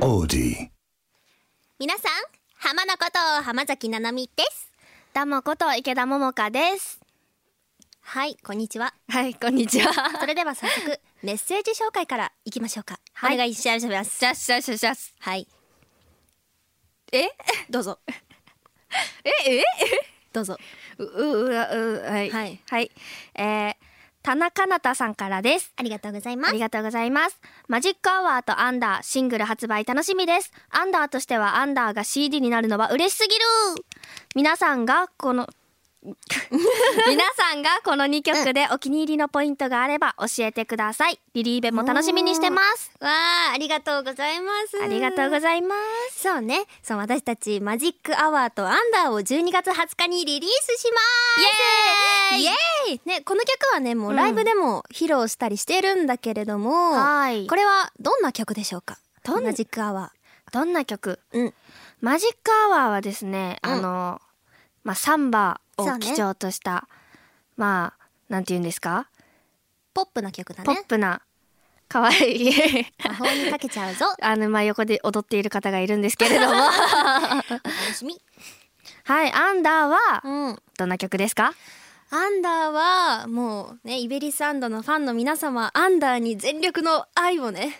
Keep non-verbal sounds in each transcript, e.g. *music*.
melody. 皆さん浜のこと浜崎ななみですダモこと池田桃香です。はいこんにちははい、こんにちは。それでは早 *laughs* 速メッセージ紹介からいきましょうか、はいお願いしますシャッシャッシャッシャッ。はいえ、どうぞえ、え、どうぞう、う、う、う、はい、はいはい、えー、田中なたさんからです。ありがとうございまあすりがとうございます。マジックアワーとアンダーシングル発売楽しみです。アンダーとしてはアンダーが CD になるのは嬉しすぎる。皆さんがこ *laughs* の皆さんがこの2曲でお気に入りのポイントがあれば教えてください。リリーベも楽しみにしてます。わあありがとうございますありがとうございます。そうねそう私たちマジックアワーとアンダーを12月20日にリリースしますイエーイイエーイねこの曲はねもうライブでも披露したりしてるんだけれども、はいこれはどんな曲でしょうかどんマジックアワどんな曲ーうんマジックアワーはですね、うんあの、まあ、サンバそうをね基調とした、まあ、なんて言うんですか、ポップな曲だポねップな、可愛い *laughs* 魔法にかけちゃうぞあの、まあ、横で踊っている方がいるんですけ *laughs* れども。お楽しみはい、アンダーうは、んどんな曲ですかアンダーはもうねイベリスアンドのファンの皆様アンダーに全力の愛をね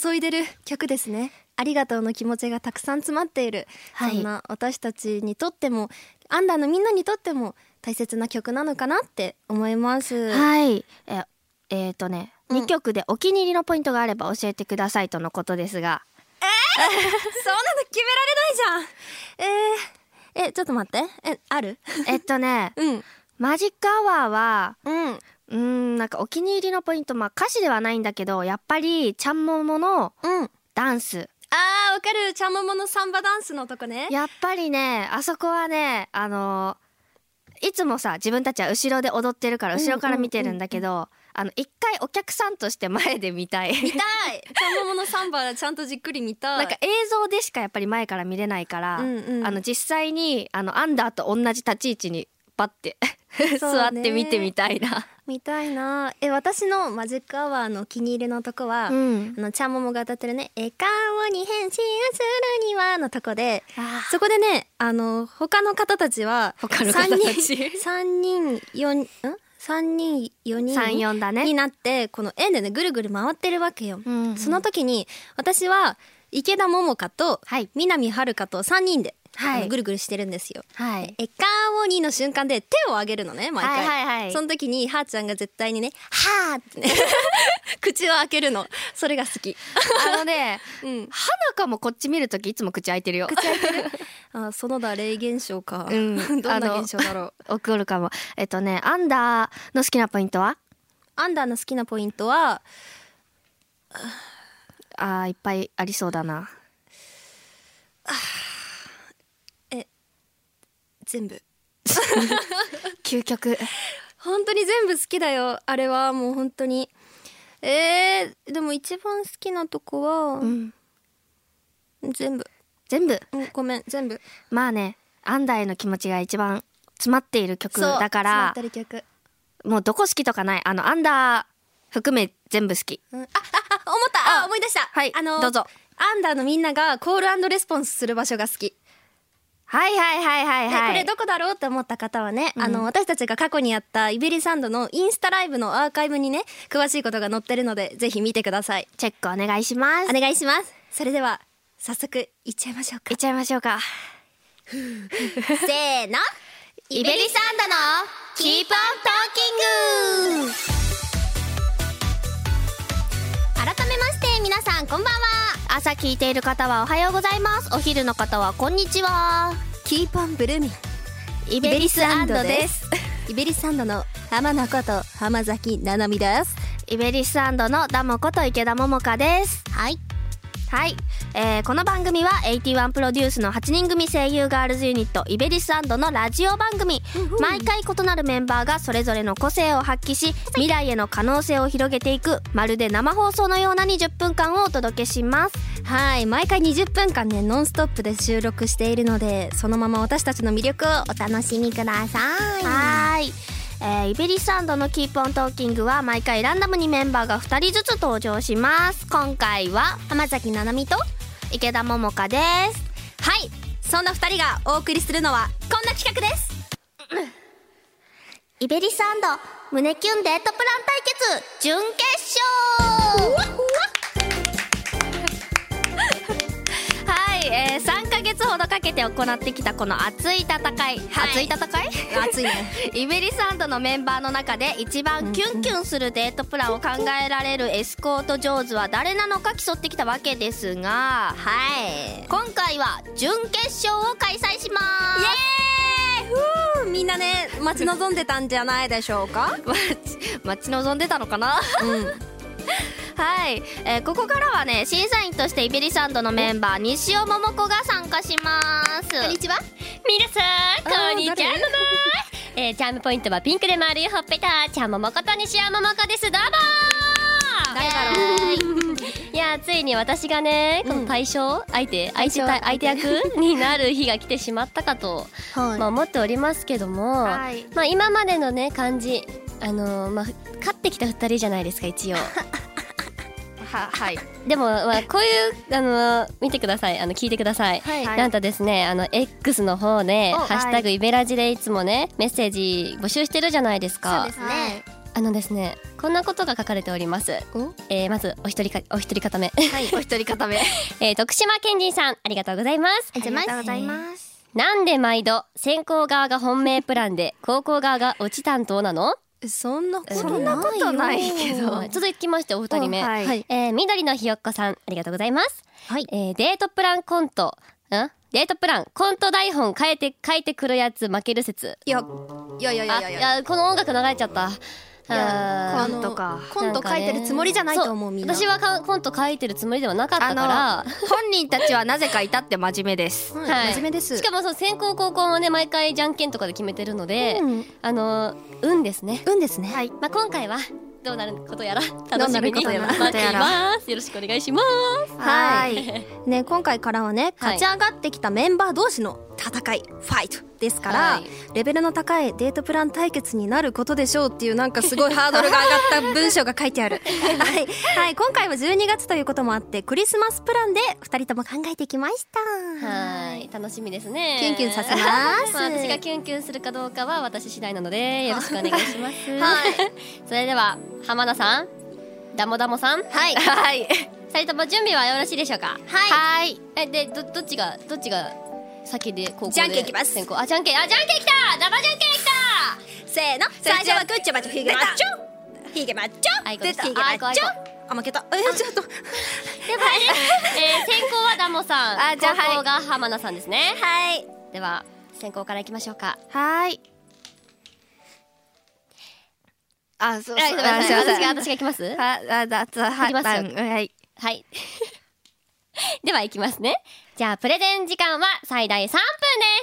注いでる曲ですねありがとうの気持ちがたくさん詰まっている、はいそんな私たちにとってもアンダーのみんなにとっても大切な曲なのかなって思います、はい。え、えーとね、うん2曲でお気に入りのポイントがあれば教えてくださいとのことです *laughs* が、そんなの決められないじゃんえー、えちょっと待ってえあ *laughs* る、えっとねうんマジックアワーは、うんうーん、なんかお気に入りのポイント、まあ歌詞ではないんだけど、やっぱり、ちゃんもものうんダンス。あーわかるちゃんもものサンバダンスのとこねやっぱりね、あそこはね、あのいつもさ、自分たちは後ろで踊ってるから、後ろから見てるんだけど、あの、一回お客さんとして前で見たい。見たいちゃんもものサンバちゃんとじっくり見たいなんか映像でしかやっぱり前から見れないから、うんうんあの実際にあのアンダーと同じ立ち位置にパッて *laughs* そう座っねて見てみたいな。見たいなえ私のマジックアワーのお気に入りのとこは、あのちゃんももが歌ってるね「笑顔に変身するには」のとこであそこでねあの他の方たちは他の方たち3人4人3人4人三四だねになってこの円でねぐるぐる回ってるわけよ、うんうんその時に私は池田桃香とはい南遥と3人で、はいあのぐるぐるしてるんですよはえ。エカーオニーの瞬間で手を上げるのね毎回、はいはいはいその時にはーちゃんが絶対にね「はー」ってね *laughs* 口を開けるのそれが好きあの *laughs* ね、うんはなかもこっち見るときいつも口開いてるよ。 *laughs* *laughs* あそのだ霊現象か、う *laughs* んどんな現象だろう送るかも。えっとね、アンダーの好きなポイントは *laughs* アンダーの好きなポイントはあーいっぱいありそうだな。全部究極。本当に全部好きだよあれはもう本当にえー、でも一番好きなとこは、うん。全部全部。うんごめん全部まあね、アンダーへの気持ちが一番詰まっている曲だかそうら座、ってる曲もうどこ好きとかない。あの、アンダー含め全部好き。うんあ、あ、あ、思った、あ、思い出した。はいあの、どうぞ。アンダーのみんながコールレスポンスする場所が好き。はいはいはいはいではい。これどこだろうって思った方はね、うんあの私たちが過去にやったイベリサンドのインスタライブのアーカイブにね詳しいことが載ってるのでぜひ見てくださいチェックお願いします。お願いしますそれでは早速いっちゃいましょういかっちゃいましょうか。せーのイベリサンドのキープオントーキング改めまして皆さんこんばんは朝聞いている方はおはようございます。お昼の方はこんにちは。キーパンブルーミンイイベベリリススアアンンドドでですす。イベリスアンドの浜名こと浜崎ななみですイベリスアンドのダモこと池田桃香です。はいはい、えーこの番組は81プロデュースの8人組声優ガールズユニットイベリスのラジオ番組毎回異なるメンバーがそれぞれの個性を発揮し未来への可能性を広げていくまるで生放送のような20分間をお届けしますはい毎回20分間ねノンストップで収録しているのでそのまま私たちの魅力をお楽しみくださいはーい、えーイベリスのキープオントーキングは毎回ランダムにメンバーが2人ずつ登場します今回は浜崎ななみと池田桃香ですはいそんな2人がお送りするのはこんな企画ですイベリサンド胸キュンデートプラン対決準決勝 *laughs* はい、えー、3ヶ月ほどかけて行ってきたこの熱い戦い、熱い戦い熱いね *laughs* イベリサンドのメンバーの中で一番キュンキュンするデートプランを考えられるエスコート上手は誰なのか競ってきたわけですがはい今回は準決勝を開催しますイエーイふうみんなね待ち望んでたんじゃないでしょうか待ち望んでたのかなうんはい、えーここからはね審査員としてイベリサンドのメンバー西尾桃子が参加しますこんにちは皆さんあーこんにちは誰ママえー、チャームポイントはピンクで丸いほっぺたちゃんももこと西山ももこですどうも誰だろういやーついに私がねこうんの対象相手相手象た相手役になる日が来てしまったかと、はい、まあ、思っておりますけども、はいまあ今までのね感じあのーまあ勝ってきた二人じゃないですか一応ははいでも、まあ、こういうあのー見てくださいあの聞いてくださいはいはいなんとですねあの X の方でお「ハッシュタグイベラジ」でいつもねメッセージ募集してるじゃないですかそうですねあのですねこんなことが書かれておりますお、えーまずお一人かお一人方目、はいお一人固め *laughs* えー徳島健人さんありがとうございますありがとうございますなんで毎度先行側が本命プランで高校側がオチ担当なのそんなことそんなことないけどははい続きましてお二人目、おはいはいえー緑のひよっこさんありがとうございますはいえーデートプランコントんデートプランコント台本変えて書いてくるやつ負ける説いやいやいやいあやいいややこの音楽流れちゃったやああーのコントかコント書いてるつもりじゃないと思うみんな私はかコント書いてるつもりではなかったあのから本人たちはなぜかいたって真面目ですうんはい真面目ですしかもその先行高校もね毎回じゃんけんとかで決めてるので、うんあの運ですね、運ですねはいまあ、今回はどうなることやらどう楽なしるみこにとやら待っていますよろしくお願いしますは。はい *laughs* ね今回からはね勝ち上がってきたメンバー同士の戦い、ファイトですから、はいレベルの高いデートプラン対決になることでしょうっていうなんかすごいハードルが上がった文章が書いて *laughs* ある。はいはい今回は12月ということもあってクリスマスプランで二人とも考えてきました。はい楽しみですねキュンキュンさせますあ私がキュンキュンするかどうかは私次第なのでよろしくお願いしますはい *laughs* それでは浜田さんダモダモさんはいはい二人とも準備はよろしいでしょうかはいはいえでどどっちがどっちが先で高校でじゃんけんいきます先行あじゃんけんあじゃんけんきた生じゃんけんきたせーの *laughs* 最初はグッチョバチョヒゲマッチョヒゲマッチあいョこ出でしたたヒゲマあいこあッいチこョあ負けたえちょっとでは、えー、先行はダモさんあじゃあはい高校が浜名さんですねはいでは先行からいきましょうかはいあそうそうあすいませんあすいません私が私がいきますああだだはいきますよはいはい *laughs* ではいきますねじゃあプレゼン時間は最大3分で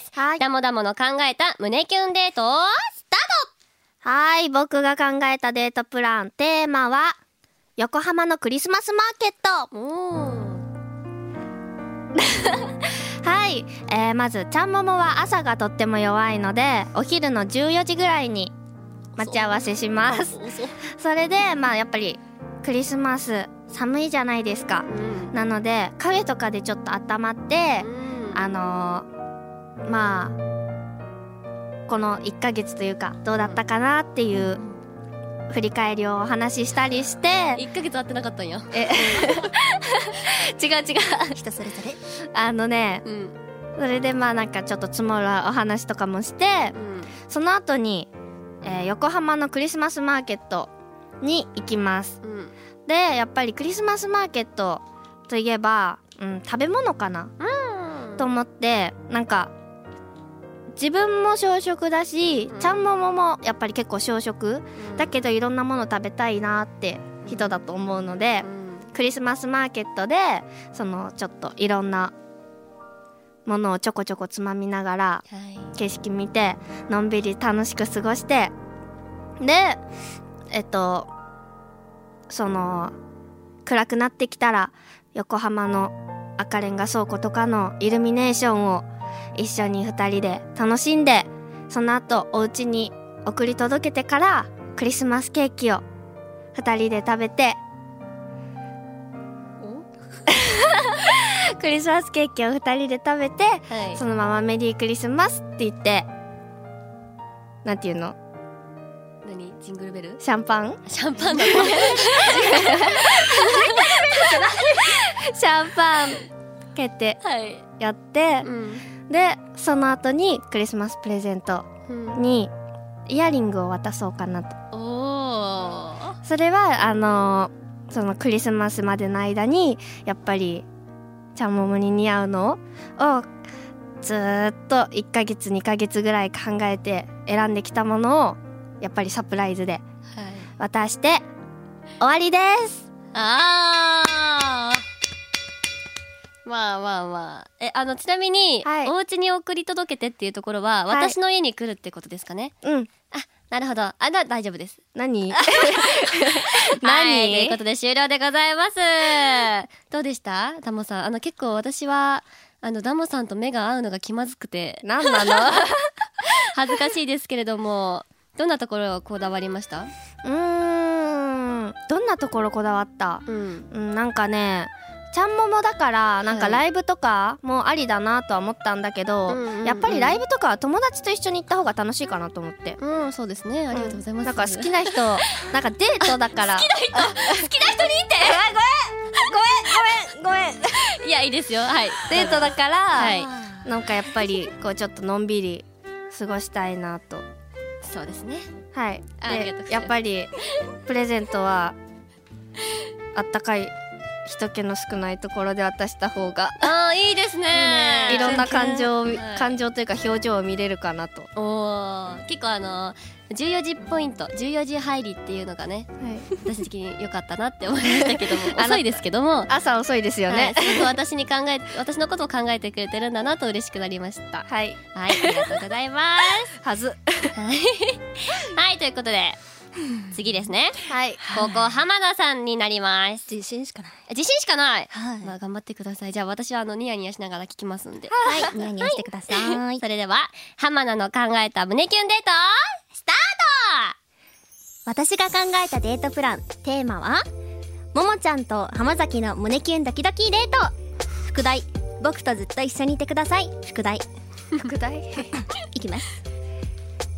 すはいダモダモの考えた胸キュンデートをスターはい、僕が考えたデートプラン、テーマは、横浜のクリスマスマーケットおトはい、えーまず、ちゃんももは朝がとっても弱いので、お昼の14時ぐらいに待ち合わせします。ーそれで、まあやっぱり、クリスマス、寒いじゃないですか。うんなので、カフェとかでちょっと温まって、あのーまあこの1ヶ月というかどうだったかなっていう振り返りをお話ししたりして一ヶ月会ってなかったんよ *laughs* え違う違う人それぞれあのねうんそれでまあなんかちょっと積もるお話とかもしてうんその後に、えー横浜のクリスマスマーケットに行きますうんでやっぱりクリスマスマーケットといえば、うん、食べ物かなと思ってなんか自分も小食だし、うんちゃんもももやっぱり結構小食だけどいろんなもの食べたいなって人だと思うので、クリスマスマーケットでそのちょっといろんなものをちょこちょこつまみながらはい景色見てのんびり楽しく過ごしてでえっとその暗くなってきたら横浜の赤レンガ倉庫とかのイルミネーションを一緒に2人で楽しんでその後お家に送り届けてからクリスマスケーキを2人で食べて *laughs* クリスマスケーキを二人で食べて、はいそのままメリークリスマスって言って、なんていうの何ジングルベルシャンパンシャンパンだねシャンパン蹴ってはいやってう、んで、その後にクリスマスプレゼントうんにイヤリングを渡そうかなと。おーそれは、あのーそのクリスマスまでの間に、やっぱり、ちゃんももに似合うのを、ずーっと1ヶ月2ヶ月ぐらい考えて選んできたものを、やっぱりサプライズではい渡して、終わりですあーまあまあまあえあのちなみに、はいお家に送り届けてっていうところははい私の家に来るってことですかね、うん。あなるほどあな大丈夫です *laughs* 何はい、というこ何とで終了でございます。どうでしたダモさん。あの結構私は、あのダモさんと目が合うのが気まずくて、何 *laughs* なの恥ずかしいですけれども、どんなところをこだわりましたうーんどんなところこだわったうん。うんなんかねちゃんももだからなんはかいライブとかもありだなとは思ったんだけど、うんうんうんやっぱりライブとかは友達と一緒に行った方が楽しいかなと思って。うん、そうですね。ありがとうございます。なんか好きな *laughs* 人なんかデートだから好 *laughs* きな人好きな人にってごめんごめんごめんごめんいや、いいですよ。はい。デートだから、はいなんかやっぱりこうちょっとのんびり過ごしたいなとそうですね。はい。あありがとうございますで、やっぱりプレゼントはあったかい人気の少ないところで渡した方がああ、いいですね。いろんな感情 *laughs* を、はい感情というか表情を見れるかなと。はおー結構あの14時ポイント14時入りっていうのがねい、私的に良かったなって思いましたけど *laughs* も遅いですけども朝遅いですよね。はい、すごく私に考え *laughs* 私のことを考えてくれてるんだなと嬉しくなりましたはい、ははいありがとうございまず。すはい、 *laughs* はい、ということで次ですねはい。高校浜田さんになります自信しかない。自信しかない、はいまあ頑張ってくださいじゃあ私はあのニヤニヤしながら聞きますんではい、ニヤニヤしてください。それでは浜田の考えた胸キュンデートスター私が考えたデートプランテーマはももちゃんと浜崎の胸キュンドキドキデート副題僕とずっと一緒にいてください副題副題。いきます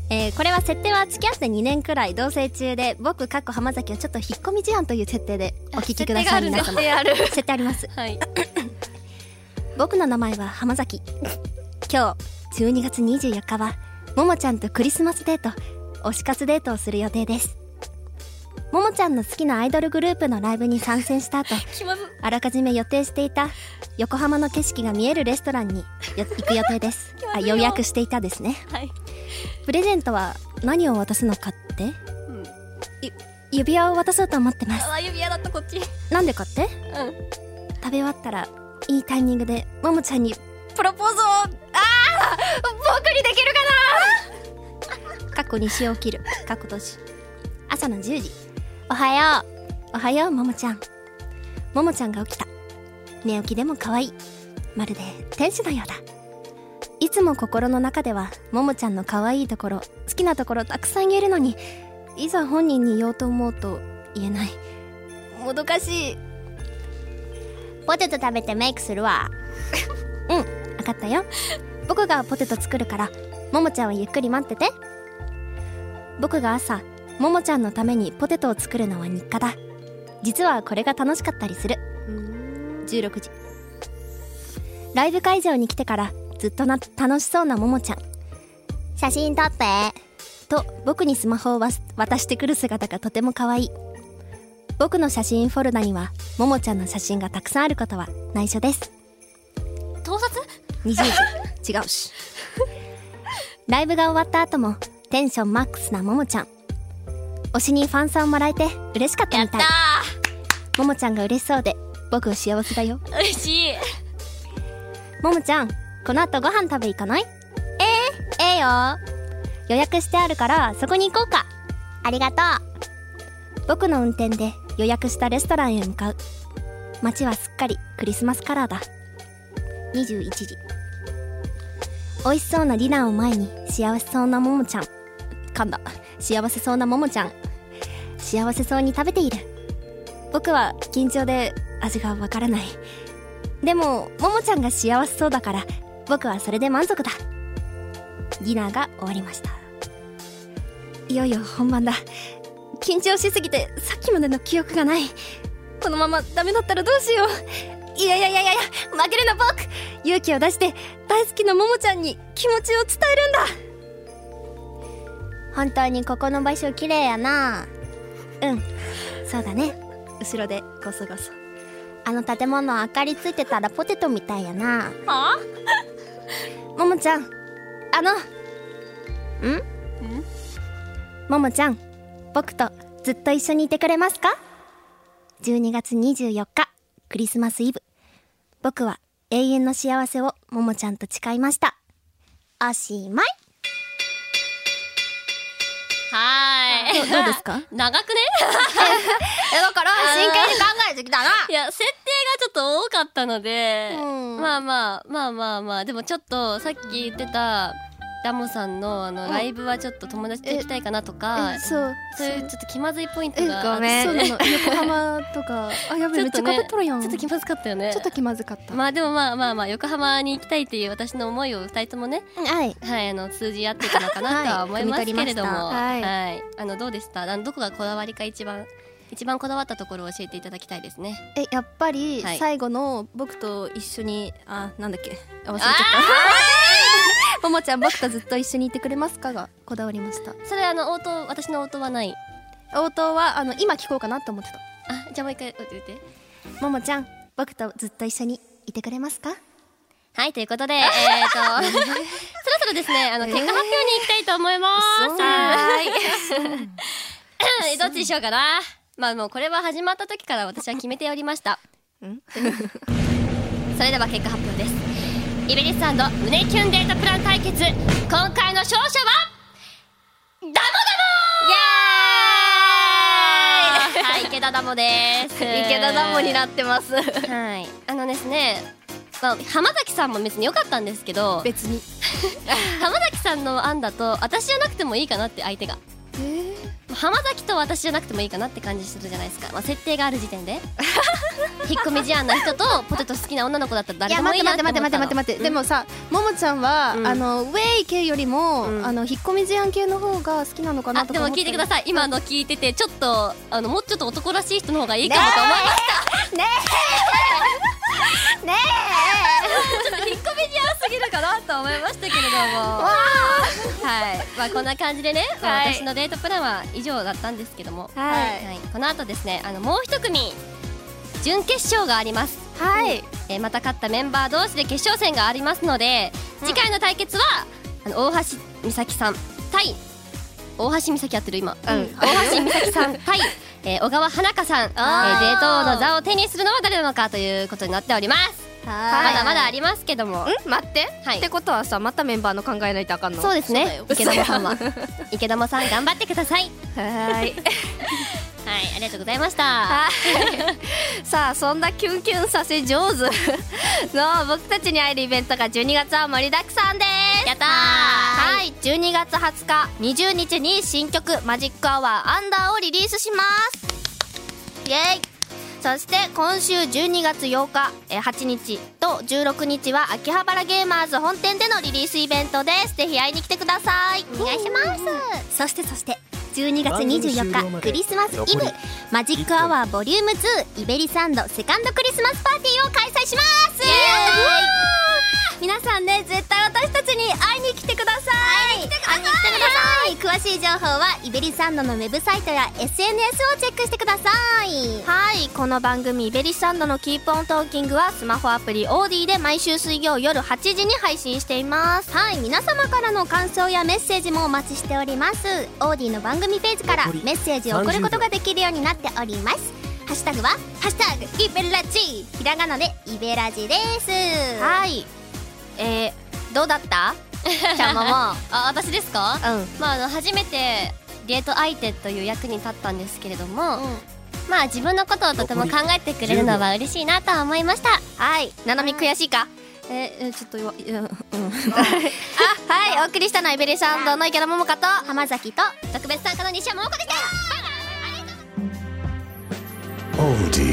えーこれは設定は付き合って2年くらい同棲中で僕かっこ浜崎はちょっと引っ込み思案という設定でお聞きください皆様である。設定ありますトはい僕の名前は浜崎今日12月24日はももちゃんとクリスマスデート推し活デートをする予定ですももちゃんの好きなアイドルグループのライブに参戦した後気まずあらかじめ予定していた横浜の景色が見えるレストランによ行く予定です *laughs* 気まあずいよ予約していたですねはい、プレゼントは何を渡すのかってうん、指輪を渡そうと思ってますあ指輪だったこっちなんでかってうん食べ終わったらいいタイミングでももちゃんにプロポーズを。ああ、僕にできる過か去西を切る過去年朝の10時おはようおはようももちゃんももちゃんが起きた寝起きでも可愛いまるで天使のようだいつも心の中ではももちゃんの可愛いところ好きなところたくさん言えるのにいざ本人に言おうと思うと言えないもどかしいポテト食べてメイクするわうん分かったよ僕がポテト作るからももちゃんはゆっくり待ってて僕が朝ももちゃんのためにポテトを作るのは日課だ実はこれが楽しかったりする16時ライブ会場に来てからずっとな楽しそうなももちゃん写真撮ってと僕にスマホをわす渡してくる姿がとても可愛い僕の写真フォルダにはももちゃんの写真がたくさんあることは内緒です盗撮20時違うしライブが終わった後もテンションマックスなももちゃん推しにファンサをもらえて嬉しかったみたいももちゃんが嬉しそうで僕幸せだよー嬉しいももちゃんこの後ご飯食べ行かないええええよ予約してあるからそこに行こうかありがとう僕の運転で予約したレストランへ向かう街はすっかりクリスマスカラーだ21時美味しそうなディナーを前に幸せそうなももちゃん噛んだ幸せそうなももちゃん幸せそうに食べている僕は緊張で味がわからないでもももちゃんが幸せそうだから僕はそれで満足だディナーが終わりましたいよいよ本番だ緊張しすぎてさっきまでの記憶がないこのままダメだったらどうしよういやいやいやいやいや負けるな僕勇気を出して大好きなももちゃんに気持ちを伝えるんだ本当にここの場所綺麗やなうんそうだね後ろでゴソゴソあの建物明かりついてたらポテトみたいやなももちゃんあのんももちゃん僕とずっと一緒にいてくれますか12月24日クリスマスイブ僕は永遠の幸せをももちゃんと誓いましたおしまいはーい。どうですか *laughs* 長 *laughs* くねえだから真剣に考えてきたないや、設定がちょっと多かったので、うんまあまあ、まあまあまあ、でもちょっとさっき言ってた、ダモさんのあのライブはちょっと友達と行きたいかなとか、そうそういうちょっと気まずいポイントえがごめんそうなの横浜とか *laughs* あやべえめちょっっとちゃねかぶっとるやんちょっと気まずかったよねちょっと気まずかった、まあでもまあまあまあ横浜に行きたいっていう私の思いを二人ともねはいはいあの通じ合ってたのかなとは思いますけれども *laughs* はい汲み取りましたはいあのどうでしたあのどこがこだわりか一番一番こだわったところを教えていただきたいですねえやっぱりはい最後の僕と一緒に、あなんだっけあ忘れちゃった *laughs* ももちゃん僕とずっと一緒にいてくれますかがこだわりましたそれあの応答私の応答はない応答はあの今聞こうかなと思ってたあじゃあもう一回言ってももちゃん僕とずっと一緒にいてくれますかはいということでえっと *laughs* そろそろですねあの結果発表に行きたいと思います、はい *laughs* どっちにしようかなまあもうこれは始まった時から私は決めておりましたん *laughs* それでは結果発表ですイベリスさんの胸キュンデータプラン対決今回の勝者はダモダモイエーイはい池田ダモです池田ダモになってますはいあのですねまあ、浜崎さんも別に良かったんですけど別に浜崎さんの案だと私じゃなくてもいいかなって相手が浜崎と私じゃなくてもいいかなって感じするじゃないですか、まあ、設定がある *laughs* 時点で引っ込み思案な人とポテト好きな女の子だったらい誰やでも待いっいて待なっってて思待っって待って待たのって、でもさももちゃんは、うんあのウェイ系よりも、うんあの引っ込み思案系の方が好きなのかあなとかでも思って聞いてください今の聞いててちょっとあのもうちょっと男らしい人の方がいいかもと思いましたねえねえちょっと引っ込み思案すぎるかなと思いましたけれどもはいまあこんな感じでね、まあはい私のデートプランは以上だったんですけどもはいはい、この後ですねあのもう一組準決勝があります、はいえーまた勝ったメンバー同士で決勝戦がありますので次回の対決はあの大橋美咲さん対大橋美咲やってる今、ん大橋美咲さん対、 *laughs* えー小川花香さん、えー、デート王の座を手にするのは誰なのかということになっております、まだまだありますけどもん待って、はいってことはさまたメンバーの考えないとあかんのそうですねそうだ池よ田さん *laughs* は池田さん頑張ってくださいはいはーいありがとうございました *laughs* さあそんなキュンキュンさせ上手の僕たちに会えるイベントが12月は盛りだくさんですやったーはい12月20日20日に新曲「マジックアワーアンダーをリリースしますイエーイそして今週12月8日えー8日と16日は秋葉原ゲーマーズ本店でのリリースイベントですぜひ会いに来てくださいお願いしますそしてそして12月24日クリスマスイブ残りマジックアワーボリューム2イベリサンドセカンドクリスマスパーティーを開催します皆さんね絶対私たちに会いに来てください会いに来てください詳しい情報はイベリサンドのウェブサイトや SNS をチェックしてくださいはいこの番組「イベリスサンドのキープオントーキングはスマホアプリオーディで毎週水曜夜8時に配信していますはい皆様からの感想やメッセージもお待ちしておりますオーディの番組ページから残りメッセージを送ることができるようになっておりますハッシュタグは「ハッシュタグイベラジ」ひらがなでイベラジですはいえー、どうだった *laughs* ちゃんももあ私ですかうんまあ、あの初めてデート相手という役に立ったんですけれども、まあ自分のことをとても考えてくれるのは嬉しいなとは思いましたはいななみ悔しいかええちょっとよいやう *laughs* んあはいお送りしたのはイベリスサンドの池田桃香と浜崎と特別参加の西山桃子でした OD